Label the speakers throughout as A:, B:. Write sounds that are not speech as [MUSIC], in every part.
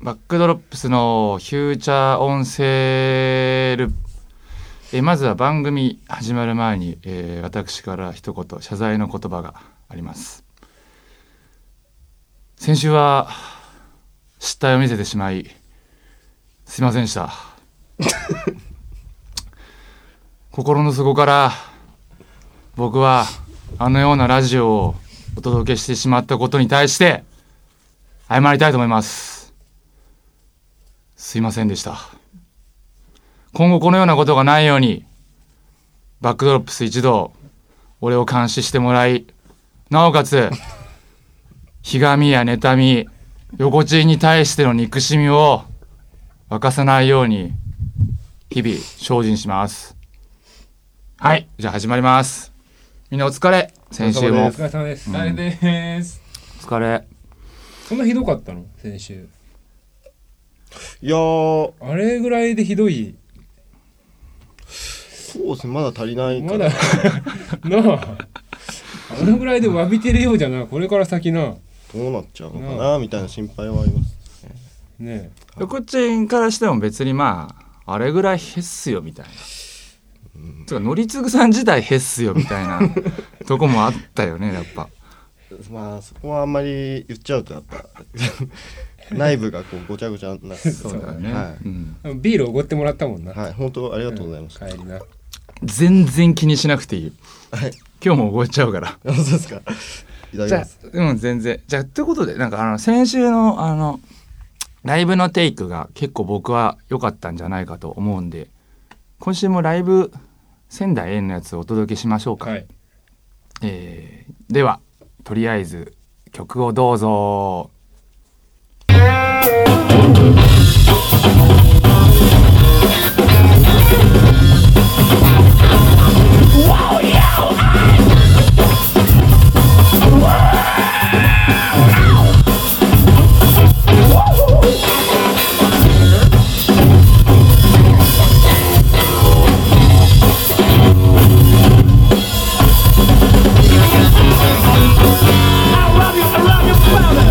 A: バックドロップスのフューチャーオンセールえーまずは番組始まる前に、えー私から一言謝罪の言葉があります先週は失態を見せてしまいすいませんでした [LAUGHS] 心の底から僕はあのようなラジオをお届けしてしまったことに対して謝りたいと思いますすいませんでした今後このようなことがないようにバックドロップス一同俺を監視してもらいなおかつひがみや妬み横地に対しての憎しみを沸かさないように日々精進しますはいじゃあ始まりますみんなお疲れ先週もお
B: お疲れ様です。
C: あれです。
A: 疲れ
B: そんなひどかったの先週。
C: いやー、
B: あれぐらいでひどい。
C: そうですね、まだ足りないか
B: まだ、
C: ら。
B: [LAUGHS] なあ。あのぐらいで詫びてるようじゃな、これから先な。
C: どうなっちゃうのかな、みたいな心配はあります。
B: ね
A: 横ちんからしても別にまああれぐらいへっすよみたいな。つうか乗継さん自体へっすよみたいな [LAUGHS] とこもあったよねやっぱ。
C: まあ、そこはあんまり言っちゃうと、やっぱ、内部がこうごちゃごちゃになって
A: そうだよね。
C: は
A: うん
B: え。ビールおごってもらったもんな。
C: い。はい、本当ありがとうございました。
B: 帰りな。
A: 全然気にしなくていい。
C: はい。
A: 今日も覚えちゃうから。
C: あそうですか。いただき
A: じゃ
C: ます。
A: あうん全然。じゃあということでなんかあの先週のあのライブのテイクが結構僕は良かったんじゃないかと思うんで今週もライブ仙台園のやつをお届けしましょうか。
B: はい。
A: えーではとりあえず曲をどうぞ
D: I love you, I love you, brother.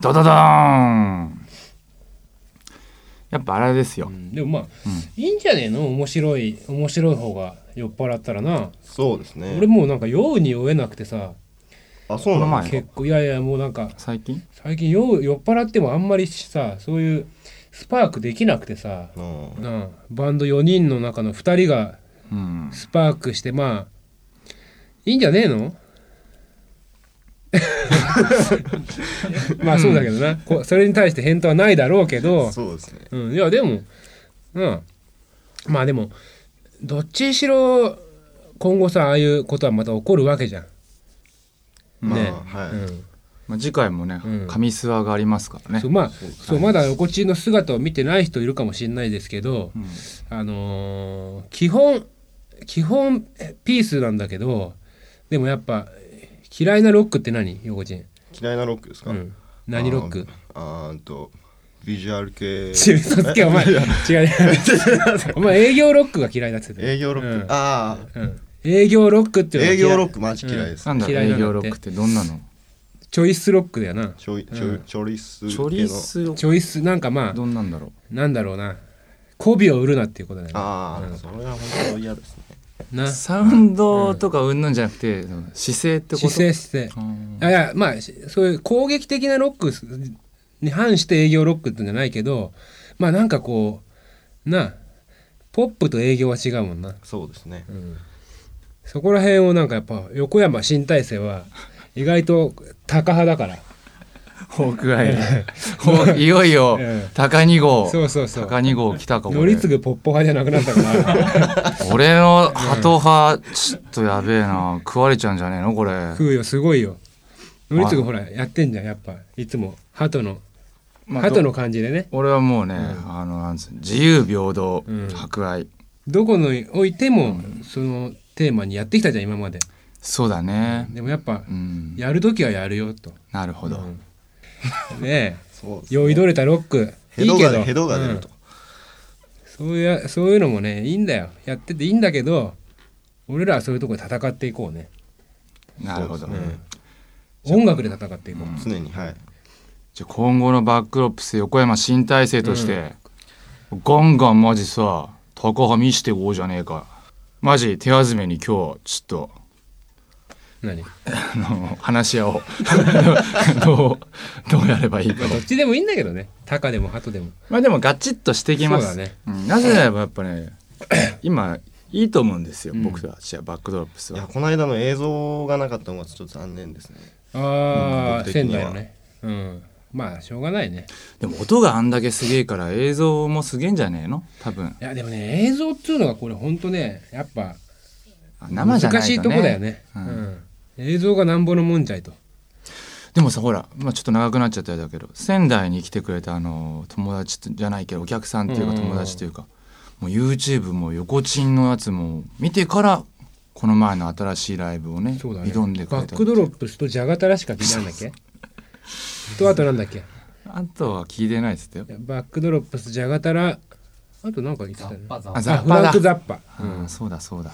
A: ドドドーンやっぱあれですよ、
B: でもまあ、いいんじゃねえの面白い面白い方が酔っ払ったらな、
C: そうですね
B: 俺もうなんか酔うに酔えなくてさ
C: あそう
A: こ
C: な
A: の
C: の
A: 前
B: 結構いやいやもうなんか
A: 最近
B: 最近酔う酔っ払ってもあんまりさそういうスパークできなくてさ、
C: うん
B: なあバンド4人の中の2人が
A: うん
B: スパークしてまあいいんじゃねえの [LAUGHS] まあそうだけどなこそれに対して返答はないだろうけど
C: そうですね
B: うん、いやでも、うん、まあでもどっちにしろ今後さああいうことはまた起こるわけじゃん。
C: まあ
B: ね
C: はい、
B: うん
A: まあ、次回もね、
B: うん
A: 紙諏訪がありますからね
B: そうまあそうまだ横地の姿を見てない人いるかもしれないですけど、あのー基本基本えピースなんだけどでもやっぱ嫌いなロックって何横地、
C: 嫌いなロックですか、
B: うん、何ロック
C: あーあーんとビジュアル系
B: ち嘘つけ
C: [LAUGHS]
B: お前違う違うお前営業ロックが嫌いだっつってた
C: 営業ロック、
B: うん
C: ああ
B: うん営業ロックっていうのが
C: 営
B: 嫌い
C: 業ロックマジ嫌いです、
A: なんだろう
B: 嫌いな
A: 営
B: んだって
A: 業ロックってどんなの
B: チョイスロックだよな
C: ちょいちょいチョリス系
A: チ
C: の
A: ョリスロッ
B: チョイスなんかま
A: ク
B: あ
A: どんなんだろ
B: なんだろうな媚びを売るなっていうことだよね
C: ああ、それが本当嫌ですね
B: な
A: うサウンドとかうんぬんじゃなくて、その姿勢ってこと
B: 姿勢姿勢
A: うん
B: あいやまあしそういう攻撃的なロックに反して営業ロックってんじゃないけどまあなんかこうなポップと営業は違うもんな
C: そうですね、
B: そこら辺をなんかやっぱ横山新体制は意外と高派だから
A: ホーク [LAUGHS] アイほういよいよ
B: ええ
A: 高2号
B: そうそうそう
A: 高2号来たかも
B: 乗り継ぐポッポ派じゃなくなったから
A: [LAUGHS] 俺のハト派ちょっとやべえな食われちゃうんじゃねえのこれ
B: 食うよすごいよ乗り継ぐほらやってんじゃんやっぱいつも鳩の
A: まあ
B: 鳩の感じでね
A: 俺はもうね、あのなんつうの自由平等、
B: うん
A: 博愛
B: どこにおいてもそのテーマにやってきたじゃん今まで
A: そうだね
B: でもやっぱ
A: うん
B: やる時はやるよと
A: なるほど、
B: ね
C: そうです
B: え酔いどれたロックい
C: ヘ
B: い
C: ド
B: け
C: が
B: ど
C: ヘドが出ると、
B: そういうそういうのもねいいんだよやってていいんだけど俺らはそういうとこで戦っていこうね
A: なるほど、
C: そうですね
B: 音楽で戦っていこう、
C: 常にはい
A: じゃあ今後のバックロップス横山新体制として、ガンガンマジさ高波見してこうじゃねえかマジ手始めに今日ちょっと
B: 何、
A: あの話し合おう [LAUGHS] どうどうやればいいか
B: まあ、どっちでもいいんだけどねタカでもハトでも
A: まあでもガチッとしていきます
B: そうだね
A: んなぜならばやっぱ
B: [CLEARS THROAT]
A: ね今いいと思うんですよ、
B: うん
A: 僕たちはバックドロップス
C: いや
A: は
C: この間の映像がなかったのがちょっと残念ですね
B: あ
C: うん
B: あ
C: 僕的
B: 仙
C: には
B: 台のねうんまあしょうがないね
A: でも音があんだけすげえから映像もすげえんじゃねえの多分
B: いやでもね映像っていうのがこれほんとねやっぱ
A: あ生じゃないと、ね、
B: 難しいとこだよね、
A: う
B: うんん映像がなんぼのもんじゃいと
A: でもさほら、まあ、ちょっと長くなっちゃったようだけど仙台に来てくれたあの友達じゃないけどお客さんっていうか
B: うん
A: 友達っていうか、もう YouTube も横チンのやつも見てからこの前の新しいライブをね
B: そうだね
A: 挑んでくれ
B: バ
A: た
B: ックドロップスとジャガタラしか聞いてないんだっけとあとなんだっけ
A: あとは聞いてないっつったよ
B: バックドロップスジャガタラあとなんか言ってたよね
D: バザ
A: あ
D: ー
A: ザ
B: あ
A: ッ
B: フ
A: パ
B: ラン
A: だ
B: ク・ザッパ、う
A: うんん、そうだそうだ、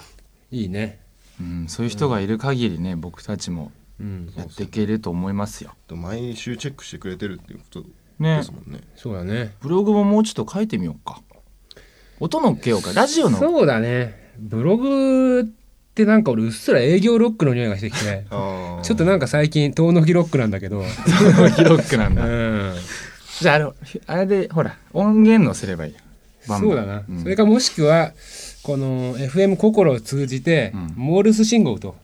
B: いいね、
A: うん、そういう人がいる限りね僕たちも
B: うん、
A: やっていけると思いますよ。
C: と毎週チェックしてくれてるっていうこと
A: ね
C: ですもんね
B: そうだね
A: ブログももうちょっと書いてみようか。音乗っけようかラジオの
B: そうだねブログってなんか俺うっすら営業ロックの匂いがしてき
A: [LAUGHS]
B: て
C: ああ
B: ちょっとなんか最近遠のきロックなんだけど、
A: 広くなん
B: [LAUGHS] う
A: だ。
B: ん、
A: じゃああれあれでほら音源のすればいいよ。バンバン
B: そうだな、
A: ん
B: それかもしくはこの FM 心を通じて、
A: うん
B: モールス信号と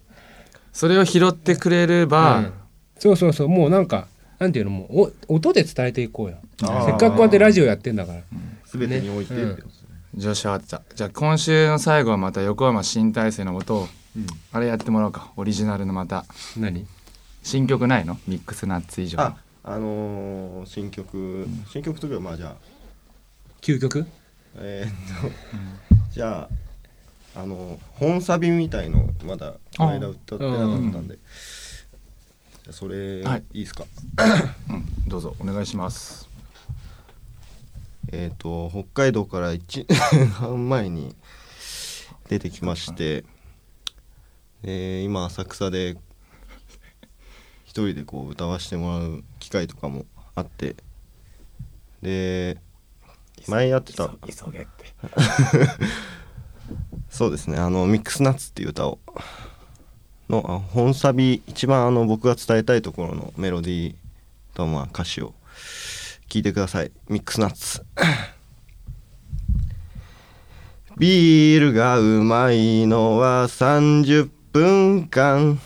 A: それを拾ってくれれ
B: う
A: ば
B: ん、そうそうそうもうなんかなんていうのもうお音で伝えていこうよせっ
C: あー
B: かくこうやってラジオやってんだから、
C: 全てにおいてってことですね
A: 上司は合ってた。じゃあ今週の最後はまた横浜新体制の音を、あれやってもらおうかオリジナルのまた
B: 何
A: 新曲ないのミックスナッツ以上の。
C: ああのー、新曲新曲というかまあじゃあ
B: 究極 [LAUGHS]
C: えー、っとじゃああの本サビみたいのまだこの間歌ってなかったんで、じゃあそれ、
A: はい
C: い、いですか
A: うん、どうぞお願いします。
C: えっ、と北海道から1年 [LAUGHS] 半前に出てきまして、えー今浅草で一人でこう歌わせてもらう機会とかもあってで前やってた
D: 急急げって
C: [LAUGHS] そうですねあの「ミックスナッツ」っていう歌をのあ本サビ一番あの僕が伝えたいところのメロディーとまあ歌詞を聞いてください「ミックスナッツ」ビールがうまいのは30分間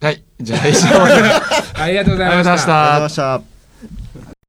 A: はい、じゃあ以上で。
B: [LAUGHS] ありがとうござい
A: ありがとう
B: まし。
A: ございましたた
C: ありがとうございました